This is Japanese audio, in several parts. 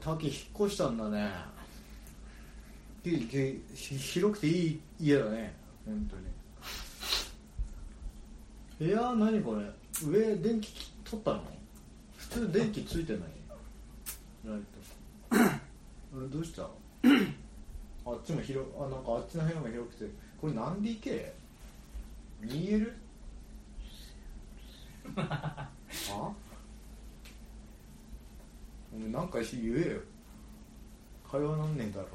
滝引っ越したんだねいいいいひ広くていい家だね本当に部屋何これ上電気取ったの普通電気ついてないラ イトあれどうした あっちも広あなんかあっちの部屋も広くてこれ何 DK?2L? あお前なんか言えよ会話なんねんだろ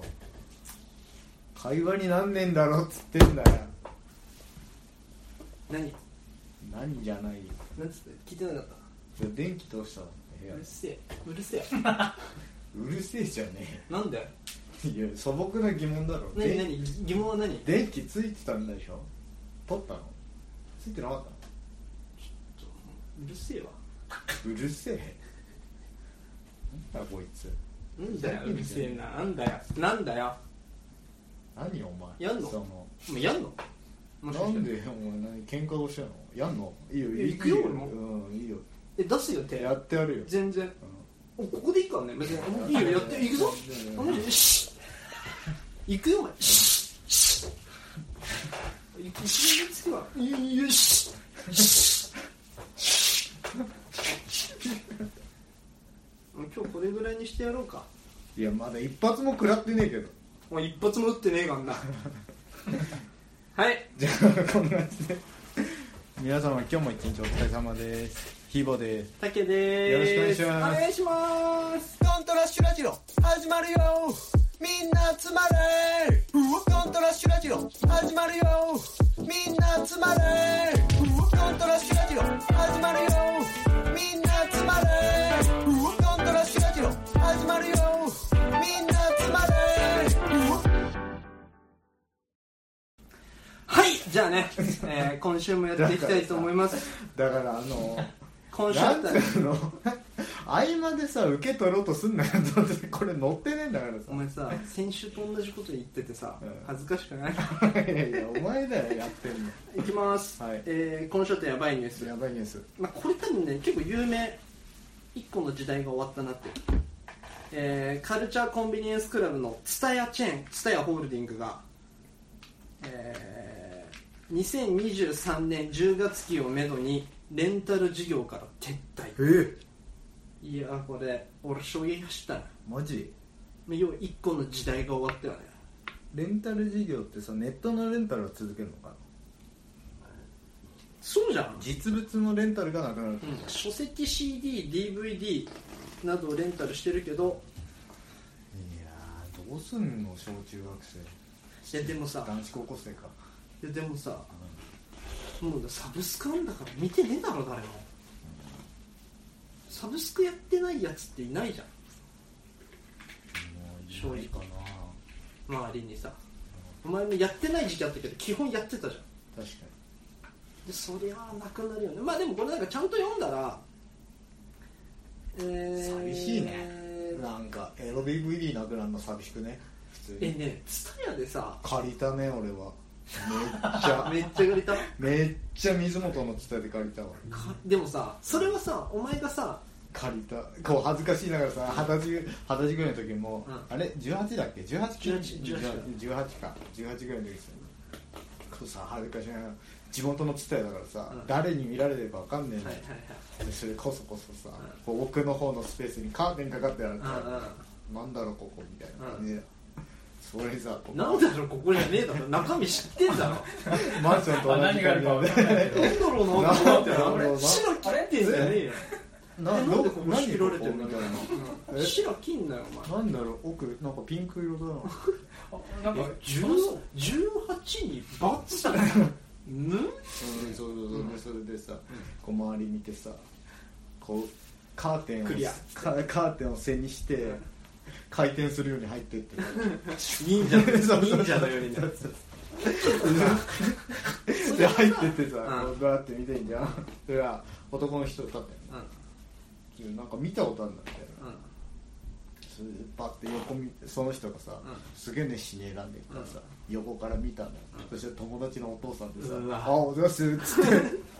会話になんねんだろっつってんだよ何何じゃないよ何つって聞いてなかったじゃあ電気通したの部屋うるせえうるせえ うるせえじゃねなんだよえよいや素朴な疑問だろ何で何疑問は何電気ついてたんでしょ取ったのついてなかっうるせえわたのうるせえなんだこいつなんだようるせえななんだよなんだよ何お前やんのそのお前やんのもしかなしてんでお前何喧嘩をしてんのやんのいいよいや行くよいい俺もうんいいよえ出すよ手やってやるよ全然うおここでいいからね別にいいよやっていくぞうんお前シッ行くよお前シッ行く一番つくわいいよシッシッもう今日これぐらいにしてやろうかんいやまだ一発も食らってねえけどもう一発も打ってねえ がんなはいじゃあ こんな感じで皆様今日も一日お疲れ様ですひーぼーです竹ですよろしくお願しますお願いしますコントラッシュラジオ始まるよみんな集まれコントラッシュラジオ始まるよみんな集まれコントラッシュラジオ始まるよみんな集まれコントラッシュラジオ始まるよみんな集まれはいじゃあね、 えー、今週もやっていきたいと思いますだからあの今週だなっんたてらいうの合間でさ受け取ろうとすんなよだってこれ乗ってねえんだからお前さ先週と同じこと言っててさ、うん恥ずかしくな いさいやいやお前だよやってんいきます、はいえー、この書店やばいニュースの、やばいニュースまあ、これ多分ね結構有名一個の時代が終わったなって、えー、カルチャーコンビニエンスクラブのツタヤチェーンツタヤホールディングが、えー、2023年10月期をめどにレンタル事業から撤退えいやーこれ俺衝撃走ったなマジまあ要は一個の時代が終わったよねレンタル事業ってさネットのレンタルは続けるのかなそうじゃん実物のレンタルがなくなるうん書籍 CDDVD などをレンタルしてるけどいやーどうすんの小中学い生やでもさ男子高校生かいやでもさもうサブスクあんだから見てねえだろ誰もサブスクやってないやつっていないじゃんもう正直いいかな周りにさお前もやってない時期あったけど基本やってたじゃん確かにでそりゃあなくなるよねまあでもこれなんかちゃんと読んだらえー、寂しいねなんかエロ DVD なくなるの寂しくね普通えにねツタヤでさ借りたね俺はめっち ゃめっちゃ借りためっちゃ水本の伝えて借りたわかでもさそれはさお前がさ借りたこう恥ずかしいながらさ二十歳二十歳ぐらいの時も、うんあれ18だっけ18 18 18 18か18ぐらいの時ですよこうさ恥ずかしながら地元の伝えだからさ、うん誰に見られればわかんねえの、はいはいでそれこそこそさ、うんこう奥の方のスペースにカーテンかかってあるから、はいなんだろうここみたいな感じで、それさこうこんなんだろうここじゃねえだろ中身知ってんだろマンションと同じ何があるか分かんないけどなんだろうなと思ってなんだろうな白切ってんじゃねえよなえどなんでここ仕切られて何んこだこみろたいなうなえ白切んなよおなんだろう奥なんかピンク色だなあなん前かえ10 18にバツだよむうんそうそうそうそれでさこう周り見てさこうカーテンをクリアカカーテンを背にして回転するように入って って忍者忍者のようにねで入ってってさうんこうバーって見てんじゃんそれは男の人だったようんなんか見たことあるんだみたいなうんそれでバッて横見てその人がさ、うんすげえ熱心に選んでるからさ、横から見たんだよ、そして友達のお父さんでさう「わあおざっす」っつ っ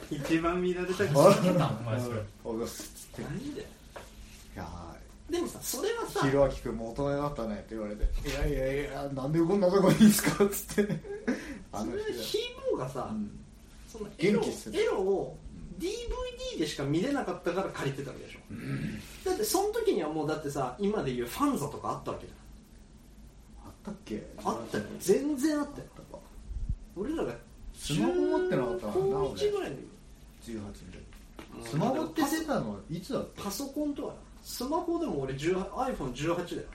て一番見られたく「あないおたお前それざっす」っつって何でいやでもさそれはさひろあきくんも大人になったねって言われて「いやいやいやなんでこんなとこにいんすか?」っつ ってあそのれはヒ人ーボーがさ、うんそのエロ元気っすねエロを DVD でしか見れなかったから借りてたわけでしょ、だってその時にはもうだってさ今で言うファンザとかあったわけだあったっけあったよ全然あったよあったか俺らがスマホ持ってなかったな中高俺1ぐらいの18でスマホってパソ出たのいつだっけパソコンとはスマホでも俺 iPhone18 だよ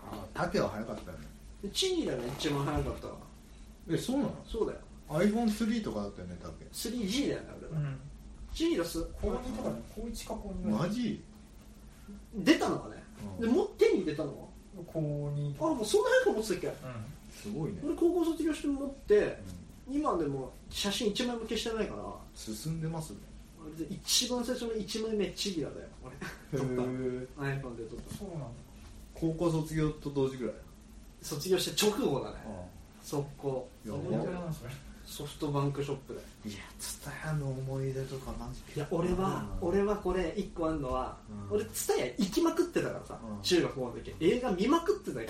あ竹は早かったよねでチニラが一番早かったわえそうなそうだよの iPhone3 とかだったよね竹 3G だよね俺うら、んチニラす高2とかね高1か高2マジ出たのはね、うんでも手に出たのは高2あもうそんな早く持ってたっけうすごいね、俺高校卒業して持ってうん今でも写真1枚も消してないから進んでますね俺で一番最初の1枚目チギラだよへ俺撮ったえ iPhone で撮ったんそうなんだ高校卒業と同時ぐらい卒業して直後だね速攻いやどばれくらいなんそれソフトバンクショップでいや蔦屋の思い出とかマジいや俺は俺はこれ1個あるのは、うん俺ツタヤ行きまくってたからさ、うん中学校の時映画見まくってたよ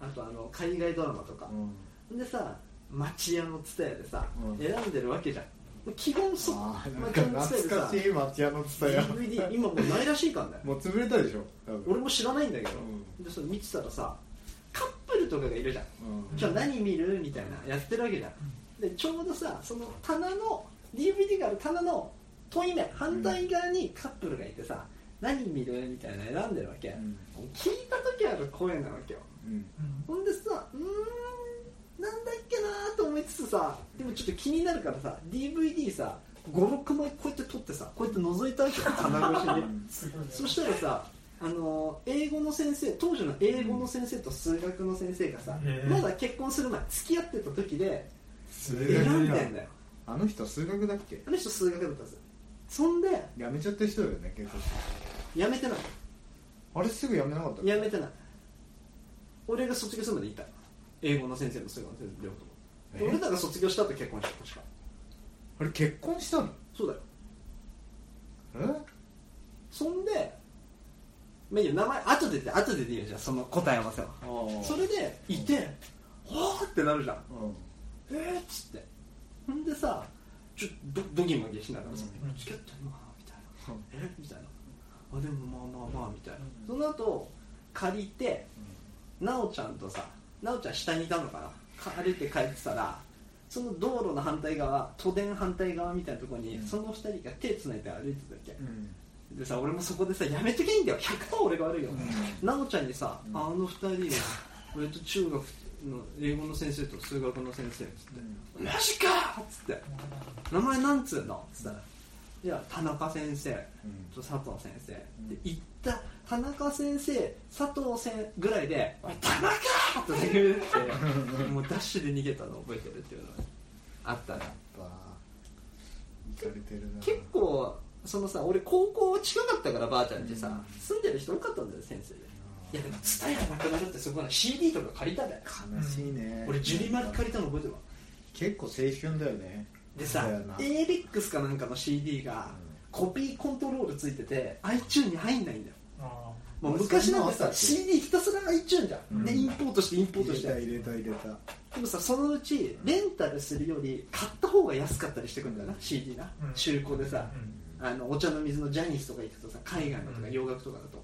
うあとあの海外ドラマとかん、うんでさ町屋のツタヤでさ、うん選んでるわけじゃん基本そあーなん町か屋のツタ懐かヤでしい町屋のさ蔦屋 DVD 今もうないらしいからねもう潰れたでしょ多分俺も知らないんだけど、うでそれ見てたらさカップルとかがいるじゃんうん今日何見るみたいなやってるわけじゃんでちょうどさその棚の DVD がある棚の遠い面反対側にカップルがいてさ、何見るみたいなの選んでるわけ、うん聞いた時ある声なわけようんうんほんでさうーんなんだっけなーと思いつつさでもちょっと気になるからさ DVD さ56枚こうやって撮ってさこうやって覗いたわけよ棚越し にすごいねそしたらさあの英語の先生当時の英語の先生と数学の先生がさ、へえまだ結婚する前付き合ってた時で数選んでんだよあの人数学だっけあの人数学だったんですよそんでやめちゃった人だよね結構やめてないあれすぐやめなかったっけやめてない俺が卒業するまでいた英語の先生と数学の先生両方ともえ俺らが卒業した後結婚した確かあれ結婚したのそうだよえそんでまあいいよ名前後でで後ででいいよじゃあその答え合わせはああそれでいてはあってなるじゃんうんえーっつってほんでさちょっとドドギマギしながらさうん「チケット今みたいなうん「えみたいな「あでもまあまあまあ」みたいなうんその後借りてなおちゃんとさなおちゃん下にいたのかな歩いて帰ってたらその道路の反対側都電反対側みたいなところに、うんその二人が手つないで歩いてたっけ、うんでさ俺もそこでさやめときゃいいんだよ100%俺が悪いよ、うなおちゃんにさ、うんあの二人が俺と中学の英語の先生と数学の先生っつって「マジか!」っつって「名前なんつうの?」っつったら「いや田中先生うんと佐藤先生」んで行った田中先生佐藤先生ぐらいで「おい田中!」って言ってもうダッシュで逃げたの覚えてるっていうのがあったなやっぱいかれてるな結構そのさ俺高校近かったからばあちゃんってさ、うん住んでる人多かったんだよ先生でいいやでも伝えがなくなるってそこは CD とか借りたでや悲しいね俺ジュリマル借りたの覚えてるわ結構青春だよねでさだよな ALEX かなんかの CD がうんコピーコントロールついてて iTune に入んないんだよあもう昔なんてそんなのあったっさけ CD ひたすら iTune じゃん、うんでインポートしてインポート入しれてた入れた入れたでもさそのうちレンタルするより買った方が安かったりしてくんだよな CD な、うん中古でさー、うんあのお茶の水のジャニスとか行くとさ海外のとか洋楽とかだと、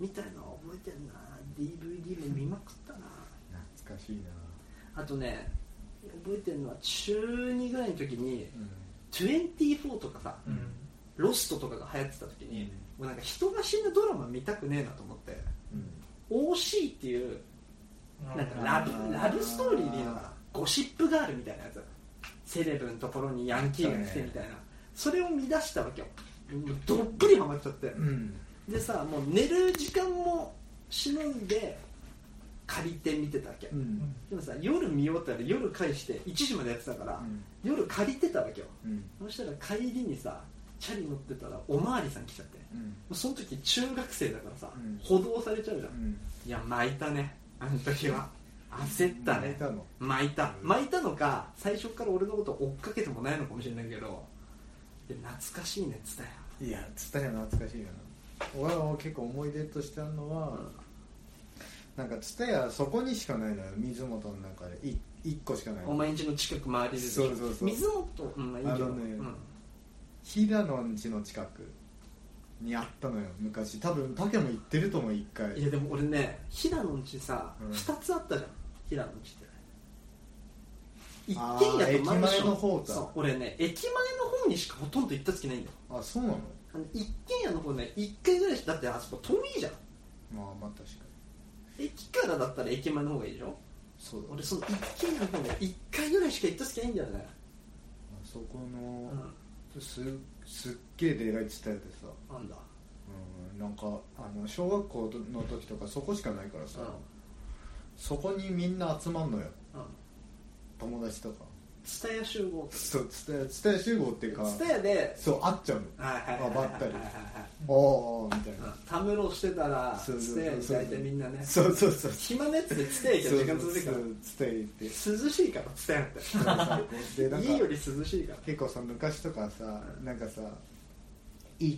みたいなの覚えてんな DVD も見まくったな懐かしいなあとね覚えてるのは中2ぐらいの時にうん24とかさうんロストとかが流行ってた時に、もうなんか人が死ぬドラマ見たくねえなと思って OC っていうなんかラブラブストーリーでいいのかなゴシップガールみたいなやつセレブのところにヤンキーが来てみたいなそれを見出したわけよもうどっぷりハマっちゃって、うんでさもう寝る時間もしのいで借りて見てたわけ、うんでもさ夜見ようって言ったら夜返して1時までやってたから、うん夜借りてたわけようんそしたら帰りにさチャリ乗ってたらおまわりさん来ちゃってもうんうその時中学生だからさ、うん補導されちゃうじゃん、うんいや巻いたねあの時は焦った泣いねたの巻いたうん巻いたのか最初から俺のこと追っかけてもないのかもしれないけどいや懐かしいねっつったよいやつったや懐かしいよ俺は結構思い出としてあるのは、なんか蔦屋そこにしかないのよ水元の中でい一個しかないのお前んちの近く周りでしょそうそうそう水元うんまあいいけどあのねうん平野ん家の近くにあったのよ昔多分竹も行ってると思う一回いやでも俺ね平野んちさ、うん二つあったじゃん平野んちって一あー軒家とマンシ駅ョン前の方かそう俺ね駅前の方にしかほとんど行ったつきないんだよあそうなのあの一軒家の方ね一回ぐらいしかだってあそこ遠いじゃんまあまあ確かに駅からだったら駅前の方がいいでしょそうだ俺その一軒家の方ね一回ぐらいしか行ったつきないんだよねあそこうのん、すすっげえでかい蔦屋でさなんだうんなんかあの小学校の時とかそこしかないからさ、うんそこにみんな集まんのようん友達とか蔦屋集合そう伝え伝え集合っていうか蔦屋でそう会っちゃうのはいはいあはいばはいったりはいはいおーおーみたいはいなうんたむろしてたらそうそう蔦そう屋に大体みんなねそうそうそう暇なやつで蔦屋行きゃ時間続くかそう伝え行ってら涼しいから蔦屋ってそう最高でなんか 家より涼しいから 結構さ昔とかさなんかさい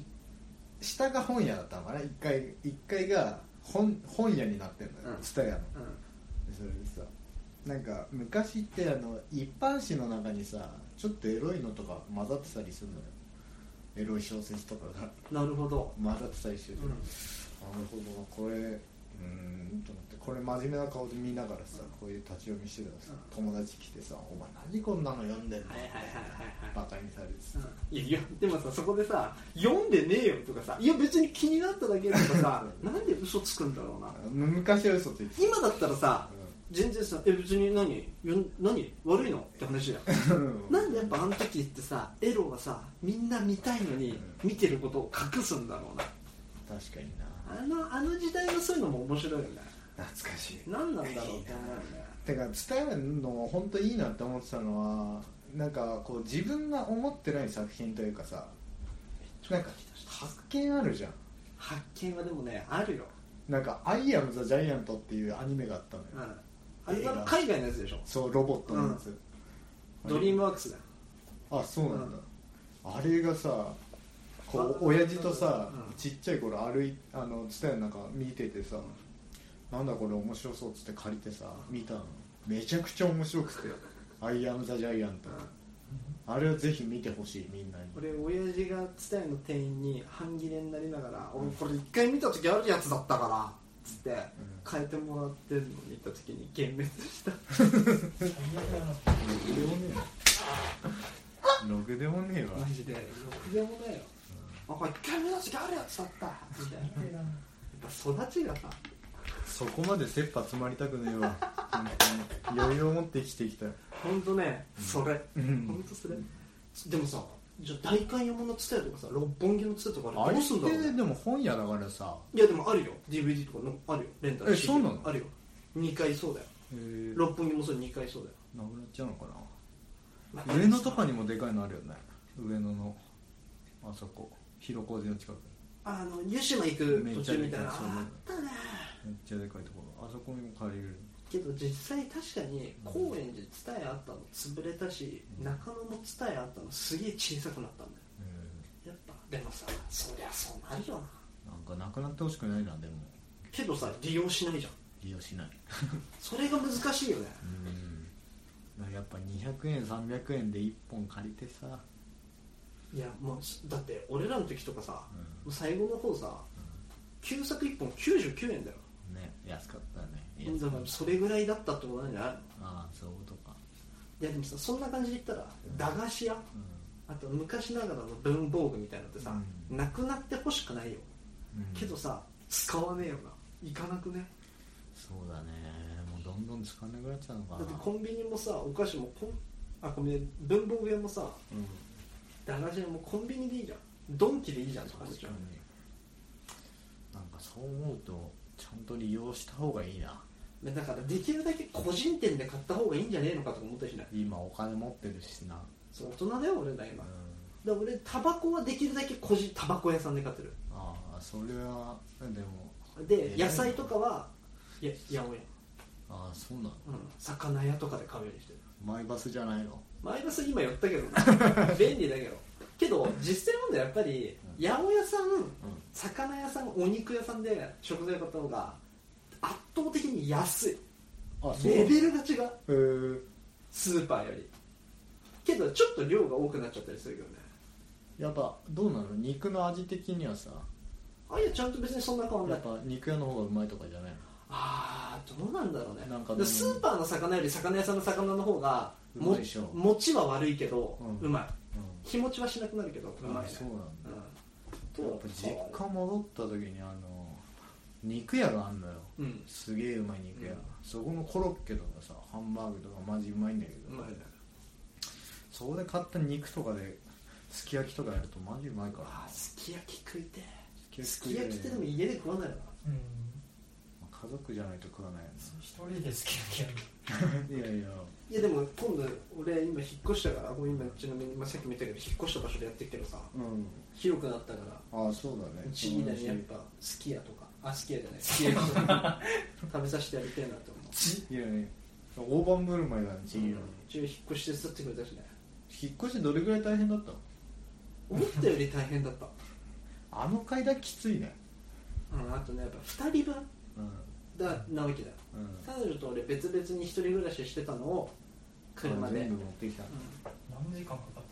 下が本屋だったのかな1階一階が本本屋になってんのようん蔦屋のでうんそれでさなんか昔ってあの一般紙の中にさちょっとエロいのとか混ざってたりするのよエロい小説とかがなるほど混ざってたりしてて、うんなるほどこれうーんと思ってこれ真面目な顔で見ながらさこういう立ち読みしてたらさ友達来てさ「お前何こんなの読んでんの?」みはいはいはいはいはいバカにされてさいやいやでもさそこでさ読んでねえよとかさいや別に気になっただけとか さなんで嘘つくんだろうな昔は嘘ついて今だったらさた全然さえ別に何よん何悪いのって話だようんなんでやっぱあの時ってさエロはさみんな見たいのに見てることを隠すんだろうな確かになあのあの時代のそういうのも面白いよね懐かしい何なんだろうって思うよねてか伝えるの本当いいなって思ってたのはなんかこう自分が思ってない作品というかさなんか発見あるじゃん発見はでもねあるよ、なんか「アイアム・ザ・ジャイアント」っていうアニメがあったのよ、うん、あれは海外のやつでしょそうロボットのやつ、ドリームワークスだよあそうなんだ、あれがさこう親父とさ、うんちっちゃい頃歩いあのツタヤなんか見ててさ、なんだこれ面白そうっつって借りてさ見たのめちゃくちゃ面白くて「アイアム・ザ・ジャイアント」あれをぜひ見てほしいみんなに俺親父が蔦屋の店員に半切れになりながら「俺これ一回見た時あるやつだったから」っつって変えてもらってるのに行った時に幻滅したろくでもねえろくでもねえわマジでろくでもないよ、あこれ一回目の時あるやつだったみたいなやっぱ育ちがさそこまで切羽詰まりたくねえわ本当に余裕を持って生きていきたいほんとねそれ、うんほんとそれでもさじゃあ代官山の蔦屋とかさ六本木の蔦屋とかああれれどうすんだろうってねでも本屋だからさいやでもあるよ DVD とかのあるよレンタルえそうなのあるよ2回そうだよへえ六本木もそう2回そうだよなくなっちゃうのかなまあ上野とかにもでかいのあるよね上野のあそこ広小路の近くあの湯島行く途中みたいなのめっちゃあったねめっちゃでかいところあそこにも借りれるけど実際確かに高円寺蔦屋あったの潰れたし中野も蔦屋あったのすげえ小さくなったんだようんやっぱでもさそりゃそうなるよななんかなくなってほしくないなでもけどさ利用しないじゃん利用しないそれが難しいよねうんやっぱ200円300円で1本借りてさいやもうだって俺らの時とかさ、もう最後の方さ旧作1本99円だよね安かったねだからそれぐらいだったってことなんじゃないのああそういうことかいやでもさそんな感じで言ったら駄菓子屋うあと昔ながらの文房具みたいなのってさ、うんなくなってほしくないよ、んうんけどさ使わねえよな行かなくねそうだねもうどんどん使わなくなっちゃうのかだなってコンビニもさお菓子もコンあコンビニ文房具屋もさうん駄菓子屋もコンビニでいいじゃんドンキでいいじゃんとか確じかゃになんかそう思うとちゃんと利用した方がいいなんだからできるだけ個人店で買った方がいいんじゃねえのかとか思ったりしない今お金持ってるしなそう大人だよ俺ら今うんだから俺タバコはできるだけ個人タバコ屋さんで買ってるああそれはでもでえー野菜とかはや八百屋ああそうなのうん魚屋とかで買うようにしてるマイバスじゃないの マイナス今寄ったけどな便利だけどけど実際問題やっぱり八百屋さん魚屋さんお肉屋さんで食材買った方が圧倒的に安いあそうレベルが違うへースーパーよりけどちょっと量が多くなっちゃったりするけどねやっぱどうなの肉の味的にはさあいやちゃんと別にそんな変わんやないっぱ肉屋の方がうまいとかじゃないのあーどうなんだろうねなんかでもでスーパーの魚より魚屋さんの魚の方がうもまいでしょ持ちは悪いけど、ううんまい日持ちはしなくなるけどうまいあねそうなんだうんやっぱ実家戻った時にあの肉屋があんのようんすげえうまい肉屋、うんそこのコロッケとかさハンバーグとかマジうまいんだけど、うまいねそこで買った肉とかですき焼きとかやるとマジうまいからあーすき焼き食いてえすすきき焼焼きき食いっえててでも家で食わないよなうんまあ家族じゃないと食わないよ一人ですけどないやいや いやでも今度俺今引っ越したからこれ今ちなみに、まあ、さっきも言ったけど引っ越した場所でやってきてるさうん広くなったからああそうだねうちにねやっぱすき家とかあすき家じゃないすき焼きとか食べさせてやりたいなと思うちいやいや大盤振る舞いだねちぎりの一応引っ越し手伝ってくれたしね引っ越しどれぐらい大変だったの思ったより大変だったあの階段きついねうんあとねやっぱ2人分うんだなわけだようん彼女と俺別々に一人暮らししてたのを車で、全部持ってきたの何時間かかっ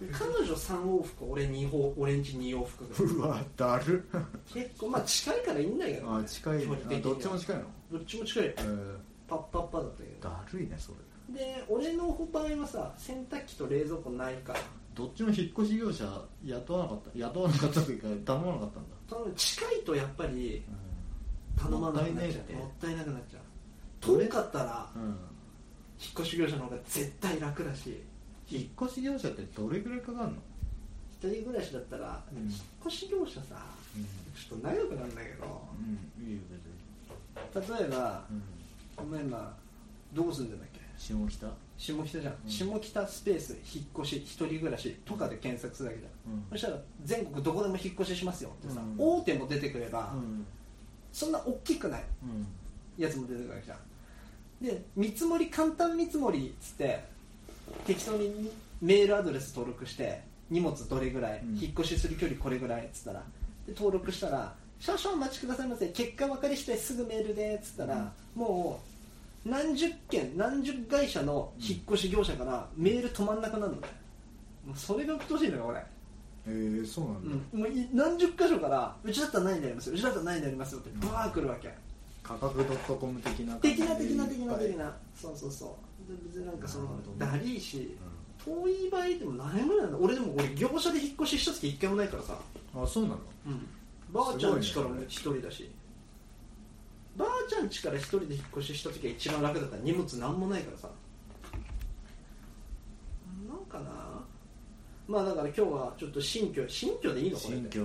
うん彼女3往復俺2往俺んち2往復ぐらいうわだる結構まあ近いからいいんだけど、あ近いね距離的にあはどっちも近いのどっちも近いよえーパッパッパだったけどだるいねそれで俺の場合はさ洗濯機と冷蔵庫ないからどっちも引っ越し業者雇わなかった雇わなかったというか頼まなかったんだ多分近いとやっぱり頼まなくなっちゃうもったいなくなっちゃうどれ遠かったらうん、うん引っ越し業者の方が絶対楽だし引っ越し業者ってどれぐらいかかるの、一人暮らしだったら、うん引っ越し業者さうちょっと長くなるんだけどん、いいよ別に、例えばうん、お前今どこ住んでんだっけ下北下北じゃん、うん下北スペース引っ越し一人暮らしとかで検索するだけじゃんうんそしたら全国どこでも引っ越ししますよってさ、うん大手も出てくれば、うんそんな大きくないうんやつも出てくるわけじゃんで見積もり簡単見積もりっつって適当にメールアドレス登録して荷物どれぐらい、うん引っ越しする距離これぐらいっつったらで登録したら少々お待ちくださいませ結果分かり次第すぐメールでっつったら、もう何十件何十会社の引っ越し業者からメール止まんなくなるのねもうそれが鬱陶しいのよ俺えー、そうなんだ、うん、もうい何十箇所からうちだったら何になりますようちだったら何になりますよってうんバー来るわけ、価格 .com 的な的な的な的な的的なそうそうそうで別になんかそなのるほどねだりいし、遠い場合でも何年ぐらいなんだ俺でも俺業者で引っ越しした時一回もないからさ、あそうなのばあちゃんす家ごかいらねも一人だし、ばあちゃん家から一人で引っ越しした時が一番楽だった荷物何もないからさなんかなまあだから今日はちょっと新居新居でいいのこれっ新て居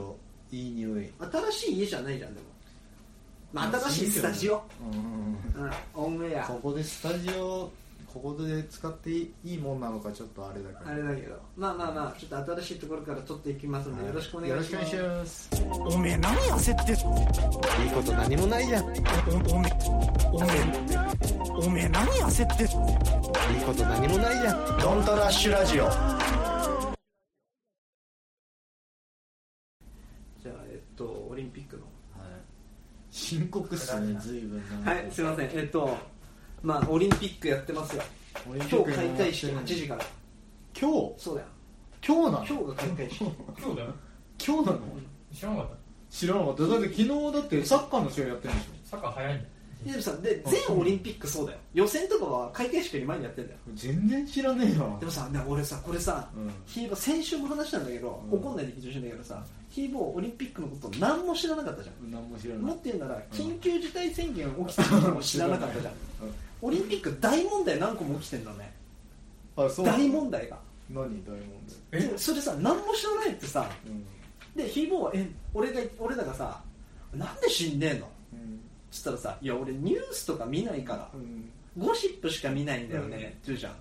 いい匂い新しい家じゃないじゃんでも、まあ、新しいスタジオ、うんうんうんうん、オンエアここでスタジオここで使っていいもんなのかちょっとあれだからあれだけどまあまあまあちょっと新しいところから撮っていきますのでよろしくお願いしますよろしくお願いしますおめえ何焦っていいこと何もないじゃんおおめおめおめえ何焦っていいこと何もないじゃんドントラッシュラジオじゃあえっとオリンピックの深刻っすね随分なんかはいすいませんえっとまあオリンピックやってますよオリンピッ今ク日に回開転会式8時から今日そうだよ今日なの今日が開会式今日だよ今日なの知らなかっ知らなかっただって昨日だってサッカーの試合やってるんでしたサッカー早いんだよいやでもさで全オリンピックそうだよ予選とかは開会式より前にやってんだよょ全然知らねえよでもさね俺さこれさ、うんヒーボー先週も話したんだけど、うん怒んないで緊張してんだけどさヒーボーオリンピックのこと何も知らなかったじゃん何も知らなもいっと言うなら緊急事態宣言起きた時も知らなかったじゃんオリンピック大問題何個も起きてんだねあそう大問題が何大問えでもそれさ何も知らないってさ題うんでひーぼーはえ俺が俺らがさなんで死んでんのうんそしたらさ「いや俺ニュースとか見ないからうんゴシップしか見ないんだよね」うんって言うじゃん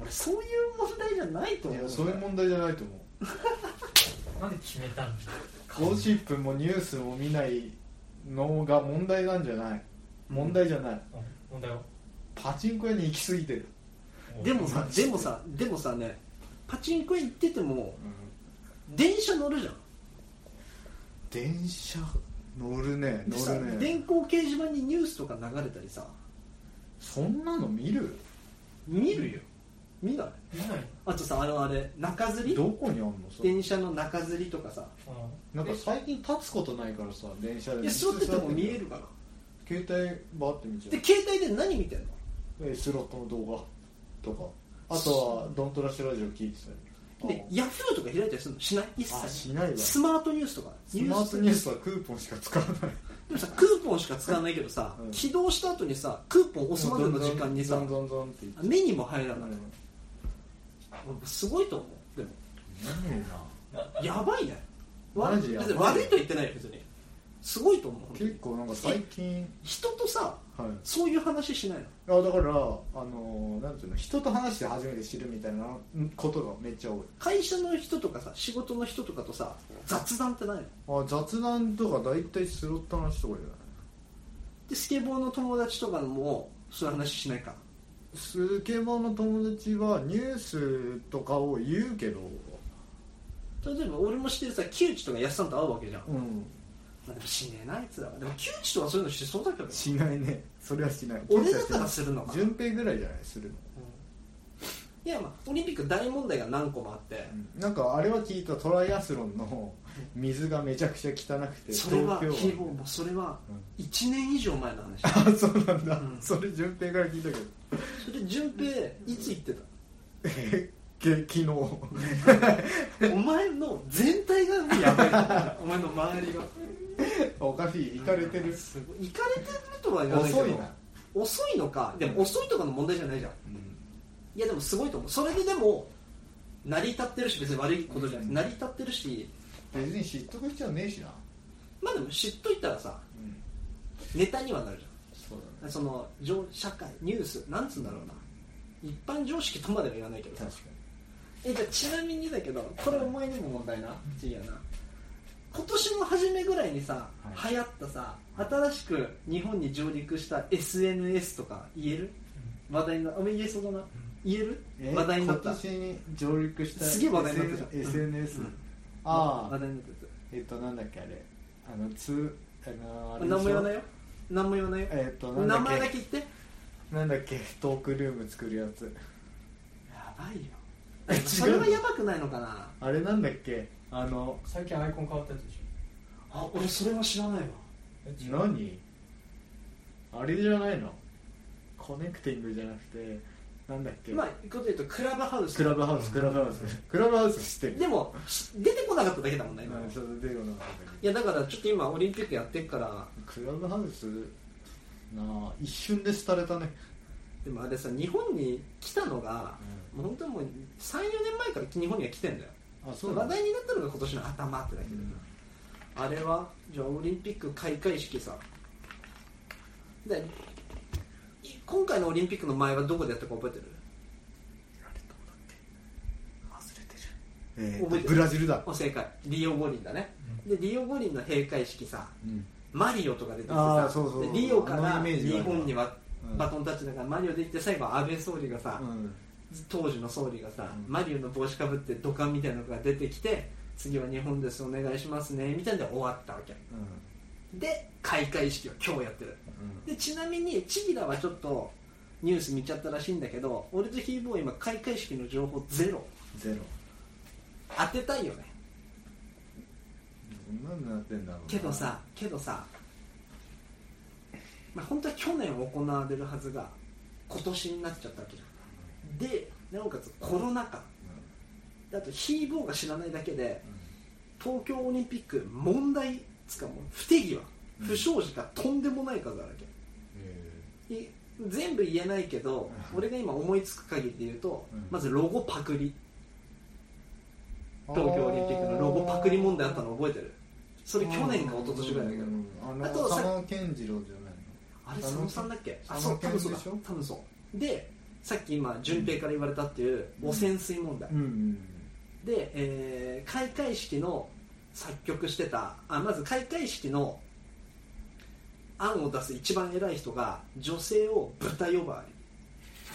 俺そういう問題じゃないとい思うやんだそういう問題じゃないと思うなんで決めたんだゴシップもニュースも見ないのが問題なんじゃない問題じゃないうん問題はパチンコ屋に行き過ぎてるでもさでもさでもさねパチンコ行ってても電車乗るじゃん電車乗るねでさ乗る電ね光掲示板にニュースとか流れたりさそんなの見る見るよ見ない見ないあとさあのあれ中吊りどこにあんのそれ電車の中吊りとかさのなんか最近立つことないからさ電車でいや座ってても見えるかから携帯バーって見ちゃで携帯で何見てんのうえスロットの動画とかあとは「ドントラッシュラジオ」聞いてたりでヤフーとか開いたりするのしない一あ切しないわスマートニュースとかスマートニュースはクーポンしか使わないでもさクーポンしか使わないけどさ、うん起動した後にさクーポン押すまでの時間にさゾンゾンゾンゾンって言って目にも入らない、うんすごいと思うでも見ねえなやばいねわマジやばい別に悪いと言ってないよ別にすごいと思う結構なんか最近人とさはいそういう話しないのあだからあのなんていうの人と話して初めて知るみたいなことがめっちゃ多い会社の人とかさ仕事の人とかとさ雑談ってないのあ雑談とか大体スロットの話とかじゃないでスケボーの友達とかもそういう話しないかスケボーの友達はニュースとかを言うけど例えば俺も知ってるさ木内とかやっさんと会うわけじゃん、うんまあでもしねえなあいつらはでも木内とはそういうのしそうだけどしないねそれはしない俺だからするのかな順平ぐらいじゃないするの、いやまあオリンピック大問題が何個もあって、うんなんかあれは聞いたトライアスロンの水がめちゃくちゃ汚くてそれは東希京望湾もそれはう1年以上前の話あそうなんだ、うんそれ順平から聞いたけどそれ順平いつ言ってえけ昨日たお前の全体がもうやばい と思うお前の周りがおかしい行かれてるすごいいかれてるとは言わないけど遅いな、遅いのかでも遅いとかの問題じゃないじゃんいやでもすごいと思うそれででも成り立ってるし別に悪いことじゃない、うん成り立ってるし別に知っとく必要ねえしな、まあでも知っといたらさうん、ネタにはなるじそうゃんその上社会ニュースなんつうんだろうな一般常識とまでは言わないけど確かえじゃあちなみにだけどこれお前にも問題な次やな今年の初めぐらいにさ、は流行ったさ新しく日本に上陸した SNS とか言える話題になお前言えそうだな言えるにえ話題になった今年に上陸したすげえ話題になってた SN- SNS、うんあ話あ題になったやえっとなんだっけあれあのつあのあつれ何も言わないよよ何も言わないよえっとなんだ名っ前だけけ言ってやなんだっけトークルーム作るやつばいよえ違うそれはやばくないのかなあれなんだっけあの最近アイコン変わったやつでしあ俺それは知らないわょえ何あれじゃないのコネクティングじゃなくてなんだっけ、まあこと言うとクラブハウスクラブハウスクラブハウスクラブハウス知ってるでもし出てこなかっただけだもんね今うんちょっと出てこなかったけどいやだからちょっと今オリンピックやってっからクラブハウスなあ一瞬で廃れたねでもあれさ日本に来たのが、もう本当にもう34年前から日本には来てんだよあ話題になったのが今年の頭ってだけで、うんあれはじゃあオリンピック開会式さでい今回のオリンピックの前はどこでやったか覚えてるえー覚えてるブラジルだあ正解リオ五輪だね、でリオ五輪の閉会式さうんマリオとか出てきてあさーそうそうでリオかあらのイメージは日ある本にはうんバトンタッチだから、マリオで行って最後安倍総理がさ、うん当時の総理がさ、うんマリオの帽子かぶって土管みたいなのが出てきて次は日本ですお願いしますねみたいなので終わったわけで開会式を今日やってるうでちなみにチギラはちょっとニュース見ちゃったらしいんだけど俺とヒーボーイ今開会式の情報ゼロんゼロ当てたいよねどんなになってんだろうなけどさけどさまあ本当は去年行われるはずが今年になっちゃったわけじゃんでなおかつコロナ禍であとヒーボーが知らないだけで東京オリンピック問題つかもう不手際うん不祥事がとんでもない数あるうわんえけい全部言えないけどうん俺が今思いつく限りで言うと、うんまずロゴパクリー東京オリンピックのロゴパクリ問題あったの覚えてるそれ去年か一昨年ぐらいだけど、うんうんうんああとのさ佐野健次郎じゃないのあれ佐野さんだっけあ佐そう野多分そうだ佐野健でしょ多分そうでさっき今順平から言われたっていう汚染水問題、うんうんで、えー開会式の作曲してたあまず開会式の案を出す一番偉い人が女性を豚呼ばわ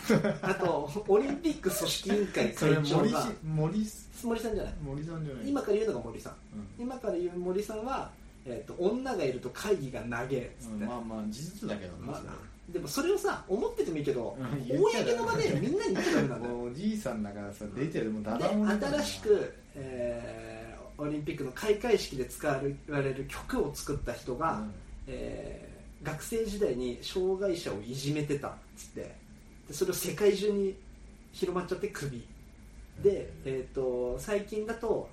り あとオリンピック組織委員会それ会長森がし森し森さんじゃない森さんじゃない今から言うのが森さんう今から言う森さんは、えー、と女がいると会議が長えっつっんて、まあまあ事実だけどなまあそれなでもそれをさ思っててもいいけど、うん言っちゃダメ公の場でみんなに言っちゃダメなんだよおじいさんだからさ出てるもうダダ漏れでだよ新しく、えーオリンピックの開会式で使われる曲を作った人が、うんえー学生時代に障害者をいじめてたっつってでそれを世界中に広まっちゃってクビで、えー、と最近だと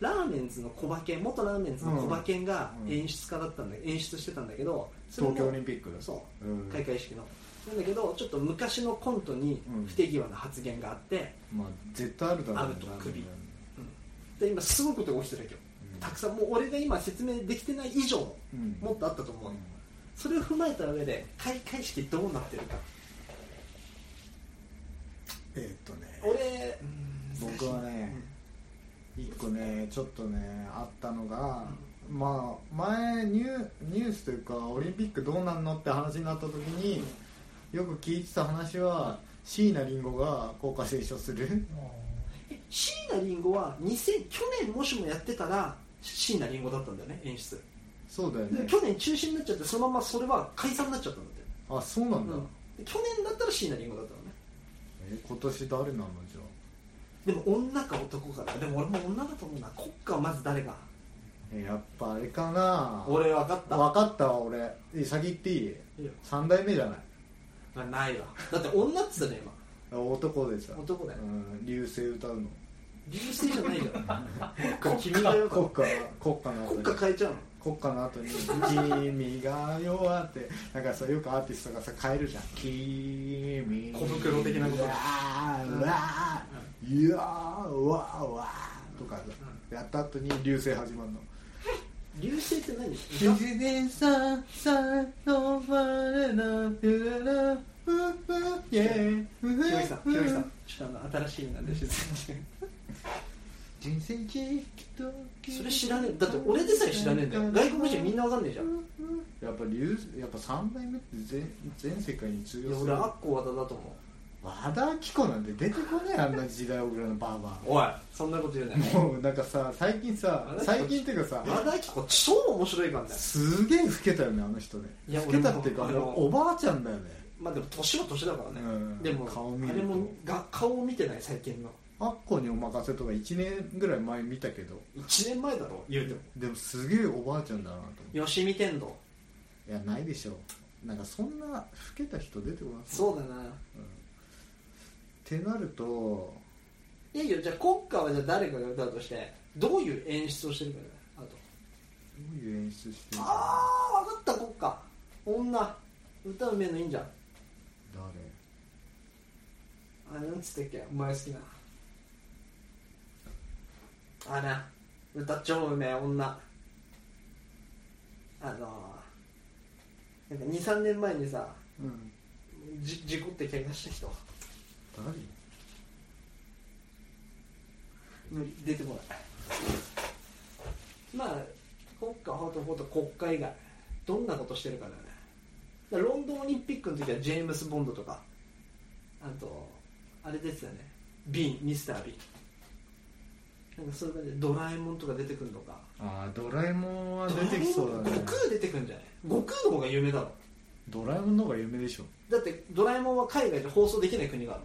ラーメンズのコバケン元ラーメンズのコバケンがうん演出家だったんだ、演出してたんだけどそれも東京オリンピックそうう、ん、開会式のなんだけどちょっと昔のコントに不手際な発言があって、まあ絶対あるだろうあると首うんで今すごいことが起きてるわけよたくさんもう俺が今説明できてない以上もうんっとあったと思うの、それを踏まえた上で開会式どうなってるかえーっとね俺僕はね一個ねちょっとねあったのが、まあ前ニュニュースというかオリンピックどうなんのって話になった時によく聞いてた話は椎名林檎が校歌斉唱するえ椎名林檎は2000去年もしもやってたら椎名林檎だったんだよね演出そうだよでね去年中止になっちゃってそのままそれは解散になっちゃったんだって、あそうなんだ、うんで去年だったら椎名林檎だったのねえ今年誰なのじゃあでも女か男かだでも俺も女だと思うな国家はまず誰がえやっぱあれかな俺分かった分かったわ俺え先言っていいいいよ3代目じゃないあないわだって女っつったね今男でさ男だようん、流星歌うの流星じゃないじゃん君がよ国国歌国歌の後に家変えちゃうの国歌の後に「君が弱って」なんかさよくアーティストがさ変えるじゃん「君が小袋的なことわーわーいやーわーわー」とかさやった後に流星始まるの流星って「何君にささのまれなゆららふふイェひろーゆきさんひろゆきさんちょっとあの新しいのなんで静かに人生きっとそれ知らねえだって俺でさえ知らねえんだよ外国人みんなわかんねえじゃんやっぱ流やっぱ三代目って全全世界に通い用やす俺るアッコ和田だと思和田アキ子なんて出てこないあんな時代遅れのバーバうおいそんなこと言う なよーもうなんかさ最近さ和田アキ子最近っていうか和さ田アキ子超面白いからねすげえ老けたよねあの人ねいや老けたっていうかあ俺のもおばあちゃんだよねまあでも年は年だからねうんでも顔見るあとれもが顔を見てない最近のアッコにお任せとか1年ぐらい前見たけど1年前だろ言うてもでもすげえおばあちゃんだなと思って吉見天童いやないでしょなんかそんな老けた人出てこないうそうだなってなるといやいやじゃあ国歌はじゃあ誰かが歌うとしてどういう演出をしてるかだよどういう演出してるあとのああ分かった国歌女歌うめえのいいんじゃん誰あれなんつってっけお前好きなあら歌っちゃうめえ女あのーなんか23年前にさうんじ事故って怪我した人誰無理出てこないまあ国家ほとほと国会以外どんなことしてるかだよねだからロンドンオリンピックの時はジェームス・ボンドとかあとあれ出てたよねビーンミスター・ビーンなんかそれでドラえもんとか出てくるのかああドラえもんは出てきそうだねドラえもん悟空出てくんじゃない悟空の方が有名だろドラえもんの方が有名でしょだってドラえもんは海外で放送できない国がある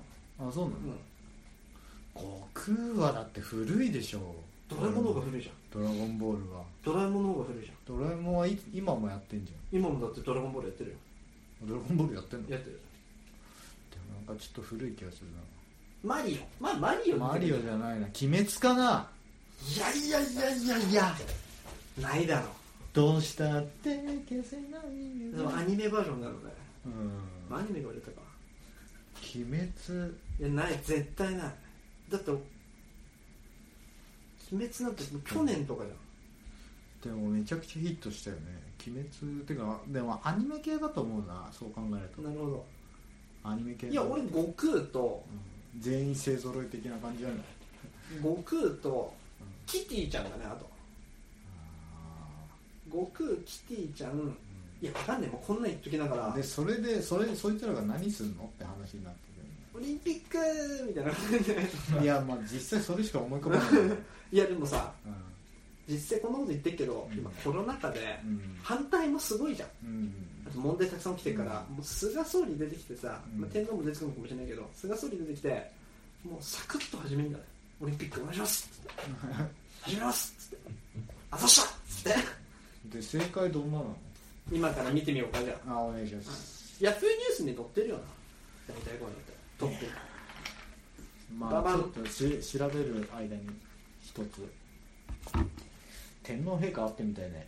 あそうなの、の、悟空はだって古いでしょうん、ドラえもんの方が古いじゃんドラゴンボールはドラえもんの方が古いじゃんドラえもんはい今もやってんじ今もだってドラゴンボールやってるよゃんドラゴンボールやってんのでやってるもなんかちょっと古い気がするマリオまあマリオなマリオいじゃないな鬼滅かなやいやいやいやいやないだろどうしたって消せない夢でもアニメバージョンなので、うんまあアニメが売れたか鬼滅いやない絶対ないだって鬼滅なんて去年とかじゃんでもめちゃくちゃヒットしたよね鬼滅ってかでもアニメ系だと思うなそう考えるとなるほどアニメ系いやだと俺悟空とうん全員勢揃い的な感じじゃない悟空とキティちゃんだねあと悟空キティちゃんいやわかんねえもうこんなん言っときながらでそれでそれそいつらが何すんのって話になってくるオリンピックみたいな感じでいやまあ実際それしか思い浮 かばない、うんいやでもさ実際こんなこと言ってるけど、今コロナ禍でうん反対もすごいじゃんうんあと問題たくさん起きてるから、もう菅総理出てきてさ、うんまあ、天皇も出てくるのかもしれないけど菅総理出てきてもうサクッと始めるんじゃないオリンピックお願いしますっつって始めますっつってあざしたっつってで正解どんなの今から見てみようかじゃああお願いしますヤフーニュースに載ってるよな大体こういうのってトップにまババあンちょっとし調べる間に一つ天皇陛下会ってみたいね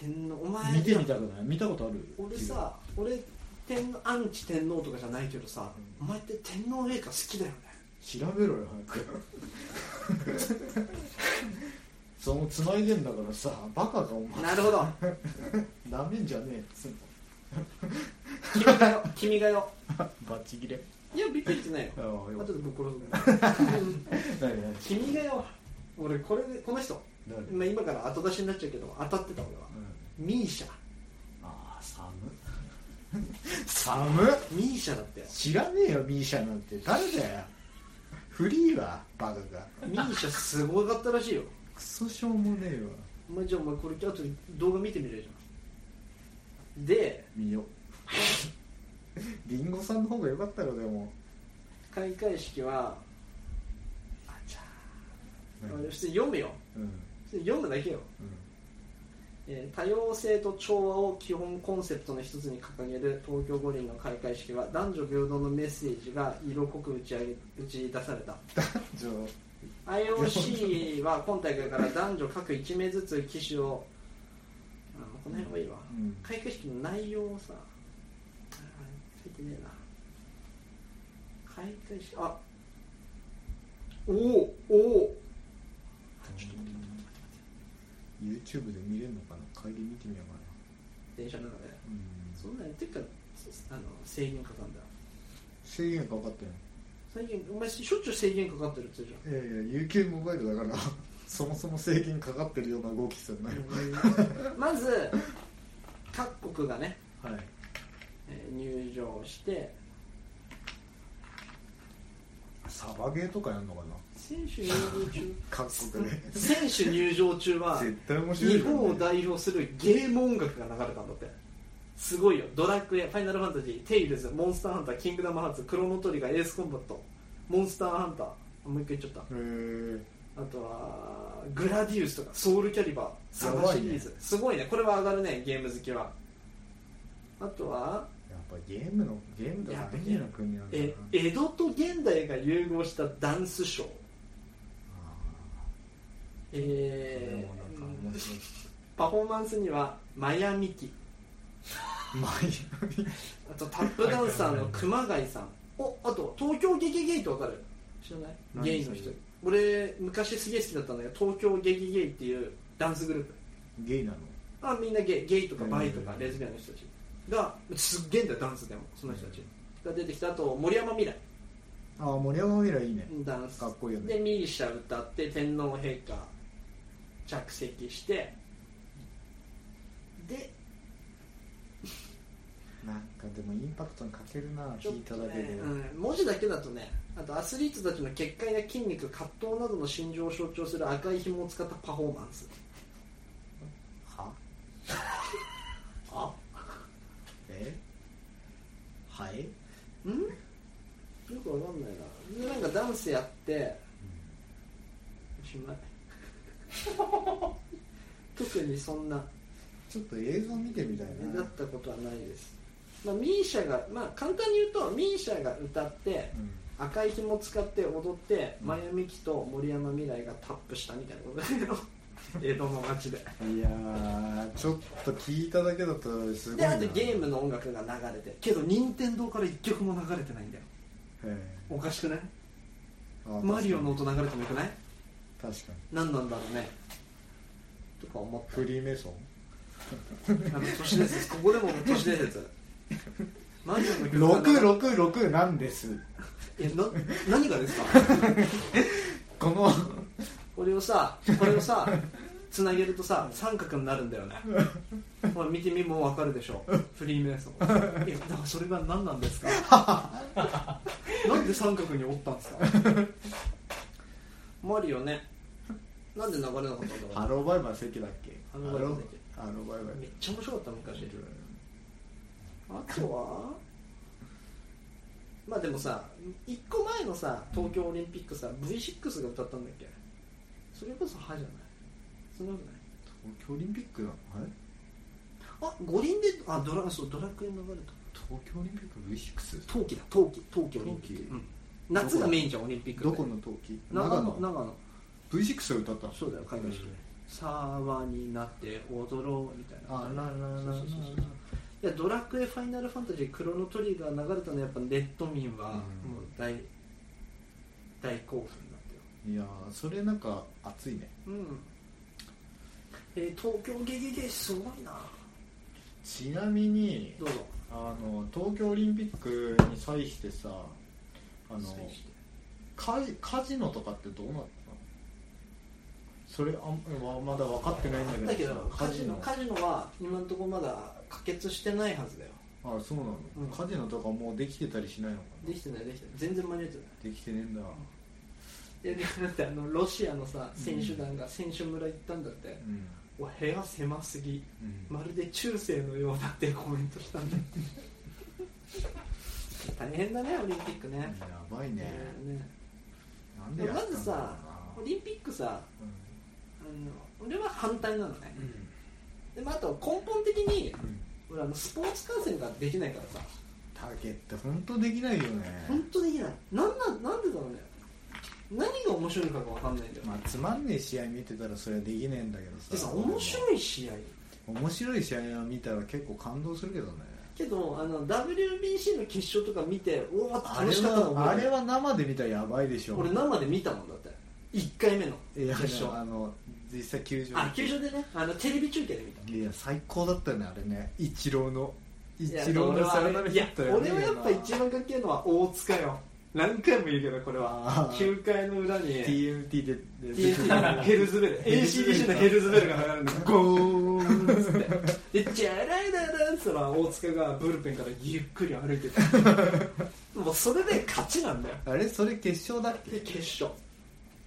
天皇お前見てみたくない見たことある俺さ俺天皇アンチ天皇とかじゃないけどさ、お前って天皇陛下好き だよね調べろよ早く その繋いでんだからさバカかお前なるほどなめんじゃねえっつう君がよ君がよのバッチギレいやびっくりしてないよああよか後ったでぶっ殺すから 何何君がよ俺これでこの人、誰まあ、今から後出しになっちゃうけど当たってた俺は、ミーシャああ寒 寒っミーシャだったよ知らねえよミーシャなんて誰だよフリーはバカがミーシャすごかったらしいよクソしょうもねえわお前じゃあお前これ後で動画見てみるじゃんで見 よリンゴさんの方が良かったよでも開会式はあじゃあうん普通に読むようん普通に読むだけよ、えー多様性と調和を基本コンセプトの一つに掲げる東京五輪の開会式は男女平等のメッセージが色濃く打ち上げ打ち出されたじゃあ IOC は今大会から男女各1名ずつ機種をあまあこの辺はいいわ、うん開会式の内容をさあ書いてねえな開会式あおおおお YouTube で見れるのかな帰り見てみようかな電車の中でうんそんなんやってっからあの制限かかんだよ制限かかってんの最近お前しょっちゅう制限かかってるって言っていやいや有給モバイルだから そもそも制限かかってるような動きするなよたじゃんまず各国がねはいえー入場してサバゲーとかやんのかな選手入場中各国 で選手入場中は絶対面白い日よね本を代表するゲーム音楽が流れたんだってすごいよドラクエファイナルファンタジーテイルズモンスターハンターキングダムハーツクロノトリガーエースコンバットモンスターハンターあもう一回言っちゃっへーたあとはグラディウスとかソウルキャリバーサガシリーズ、やばいねすごいねこれは上がるねゲーム好きはあとはやっぱゲームのゲームとか何やな国なんだなえ江戸と現代が融合したダンスショーあーでえもなんかー面白いパフォーマンスにはマヤミキマイアミあとタップダンサーの熊谷さんおあと東京ゲゲゲイってわかる知ら何ないゲイの人俺昔すげえ好きだったんだけど東京ゲゲゲイっていうダンスグループゲイなのあみんなゲイゲイとかバイとかうんレズビアンの人たちがすっげえんだよダンスでもその人たちが出てきたあと森山未来ああ森山未来いいねダンスかっこいいよねでミーシャ歌って天皇陛下着席してでなんかでもインパクトに欠けるなちょ聞っいたとだけで、ねうん、文字だけだとねあとアスリートたちの結界や筋肉葛藤などの心情を象徴する赤い紐を使ったパフォーマンスはあえはいんよくわかんないなでなんかダンスやっておしまい 特にそんなちょっと映像見てみたい目な立ったことはないです、まあ、ミーシャがまあ簡単に言うとミーシャが歌ってうん赤い紐を使って踊って、うんマヤミキと森山未来がタップしたみたいなことだけ ど江戸の街でいやーちょっと聞いただけだとすごいでなあとゲームの音楽が流れてけど任天堂から一曲も流れてないんだよへおかしくないーあーマリオの音流れてもよくない確かに何なんだろうねとか思フリーメ イソンったあの都市伝説ここでも都市伝説マリオの曲が流れ666なんですえな何がですかこ のこれをさこれをさつなげるとさ三角になるんだよねほら見てみもうわかるでしょフリーメイソンいやだからそれが何なんですかなんで三角に折ったんですかマリオねなんで流れなかったんだろうハローバイバイ席だっけハローバイバイの席ハローバイバイめっちゃ面白かった昔あとはまあでもさ1個前のさ東京オリンピックさ V6 が歌ったんだっけそれこそ歯じゃないそんなことない東京オリンピックなのあれあ五輪であドラそうドラクエ流れた東京オリンピック V6? 冬季だ冬季冬季オリンピッ冬季ク、うん夏がメインじゃんオリンピックどこの冬季長野長野 V6 を歌ったのそうだよ海外式で「沢になって踊ろう」みたいなあなななそうなそうそうそういやドラクエファイナルファンタジークロノトリガー流れたのやっぱネット民はもううん大、大興奮だったよいやーそれなんか熱いねうんえー東京ゲゲゲすごいなちなみにどうぞあの東京オリンピックに際してさあの再してカジカジノとかってどうなったのそれあんわまだ分かってないんだだけけどどさカジノカジノは今のところまだ可決してないはずだよあそうなの、うんカジノとかもうできてたりしないのかなできてないできてない全然間に合ってないできてねえんだいやでもだってあのロシアのさ選手団が選手村行ったんだって、うん、お部屋狭すぎうんまるで中世のようだってコメントしたんだよ大変だねオリンピックねやばいね、ねなんででやもったんまだろずうさオなリンピックさうあの俺は反対なのねんでもあと根本的にうん俺あのスポーツ観戦ができないからさ竹って本当できないよね本当できないなんなんなんでだろうね何が面白いかが分かんないんだよまあつまんねえ試合見てたらそれはできねえんだけどさでさ面白い試合面白い試合を見たら結構感動するけどねけどあの WBC の決勝とか見てうわあ楽れしかったの覚はあえてれるは生で見たらやばいでしょ俺生で見たもんだって1回目のいや決勝あの実際球場あ球場でねあのテレビ中継で見たいや最高だったよねあれねイチローのイいやチローのサヨナラヒット俺はやっぱ一番かけるのは大塚よ何回も言うけどこれはあー9回の裏に TMT でで TNT のヘルズベ ル ACDC のヘルズベルが流れるんだよゴーンっつってで「ジャライダダン」っつったら大塚がブルペンからゆっくり歩いてた もうそれで勝ちなんだよあれそれ決勝だっでけ決勝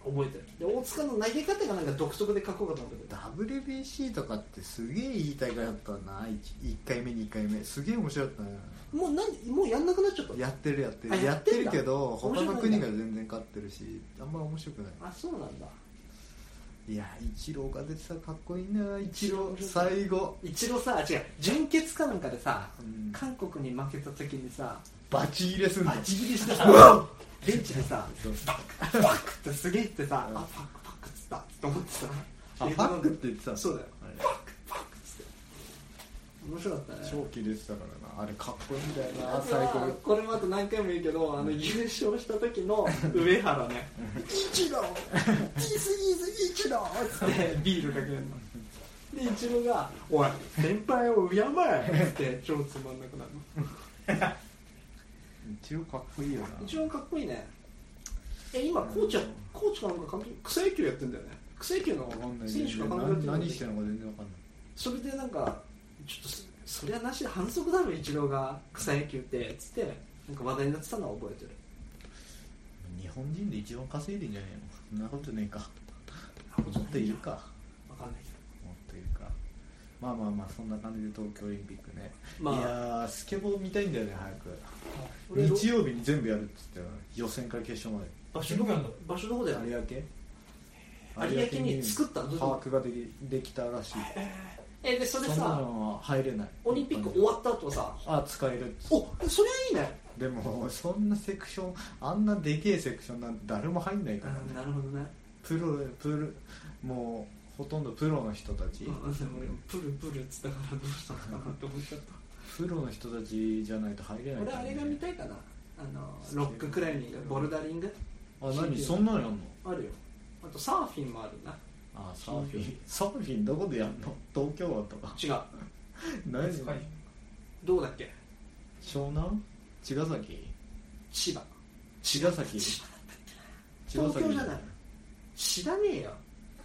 覚えてるで大塚の投げ方がなんか独特でかっこよかったんだけど WBC とかってすげえいい大会だったな 1, 回目2回目すげえ面白かったなもうなんでもうやんなくなっちゃったやってるやってあるややっっててんだるけど他面白いんだの国が全然勝ってるしあんま面白くないあそうなんだいやイチローが出てたらかっこいいなイチローイチロー最後一度さ違う準決かなんかでさ、うん韓国に負けた時にさバチ切れすんのバチギ リしてさ ベンチでさそうパッパッってすげえってさ、うんあパックパックっつったと思ってさあファックって言ってたのそうだよあれパックパックっつって面白かったね超切れてたからなあれかっこいいんだよなあと最は高これまた何回も言うけどあの優勝した時の上原ね「イチローディスイズイチロー」っつってビールかけるのでイチローが「おい先輩を敬え」っつって超つまんなくなるのイチローかっこいいよな一番かっこいいねえ今コーチはコーチかなんか監督草野球やってんだよね草野球のわかんない選手か監督やって何んだよね何してるのか全然わかんないそれでなんかちょっとそそりゃなしで反則だろイチローが草野球ってっつってなんか話題になってたのは覚えてる日本人で一番稼いでんじゃねえのそんなことねえかあもっといるかわかんないけどもっといるかまあまあまあそんな感じで東京オリンピックね、まあいやースケボー見たいんだよね俺早く日曜日に全部やるっつってたよ予選から決勝まで場所どこ場所どこだよね明有明に作ったのパークができできたらしいえでそれそんなさのは入れないオリンピック終わった後はさあ使えるっつっておそりゃいいねでもそんなセクションあんなでけえセクションなんて誰も入んないからねなるほどねプロプロもうほとんどプロの人たち、うんでもプルプルっつったからどうしたのかなって思っちゃったプロの人たちじゃないと入れない俺あれが見たいかなあのロッククライミングボルダリングあ何そんなのやんのあるよあとサーフィンもあるなあサーフィンサーフィンどこでやんの東京湾とか違う何はいどうだっけ湘南茅ヶ崎千葉茅ヶ崎千葉茅ヶ東京崎じゃない知らねえよ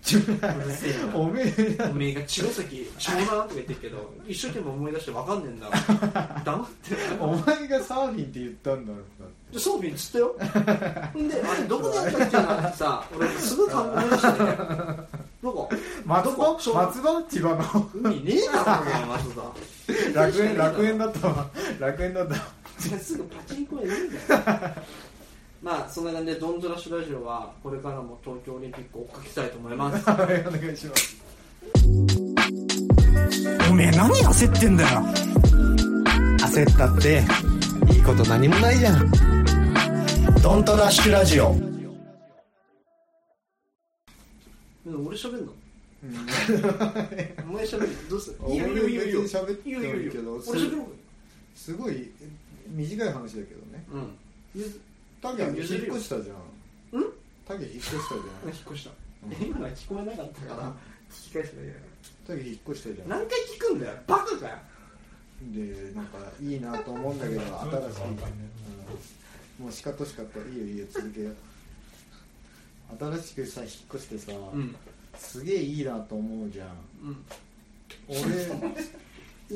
うるせえ なおめえおめえが茅ヶ崎湘南とか言ってるけど一生懸命思い出して分かんねえんだわ黙ってお前がサーフィンって言ったんだろうなで装備知ったよであれどこでやったっけなってさ俺すぐ考えましたねどこ松どこ葉松葉千葉 の海ねえだろお前松田楽園楽園だったわ楽園だったわすぐパチンコへ行くんだよ まあそんな感じでドンズラッシュラジオはこれからも東京オリンピックを追っかけたいと思いますはいお願いしますおめえ何焦ってんだよ焦ったっていいこと何もないじゃんドントラッシュラジオでも俺喋んのお前喋るどうする俺いやいやいやいや別に喋ってもいいけどややや俺す喋るうすごいえ短い話だけどねんゆずタケ引っ譲るよ越したじゃんうんタケ引っ越したじゃ引んっ越したえ今のは聞こえなかったから聞き返しただけだよタケ引っ越したじゃん何回聞くんだよバカかよでなんかいいなと思うんだけど新しい、うんもうしかとしかといいよいいよ続けよう新しくさ引っ越してさ、うんすげえいいなと思うじゃんうん 俺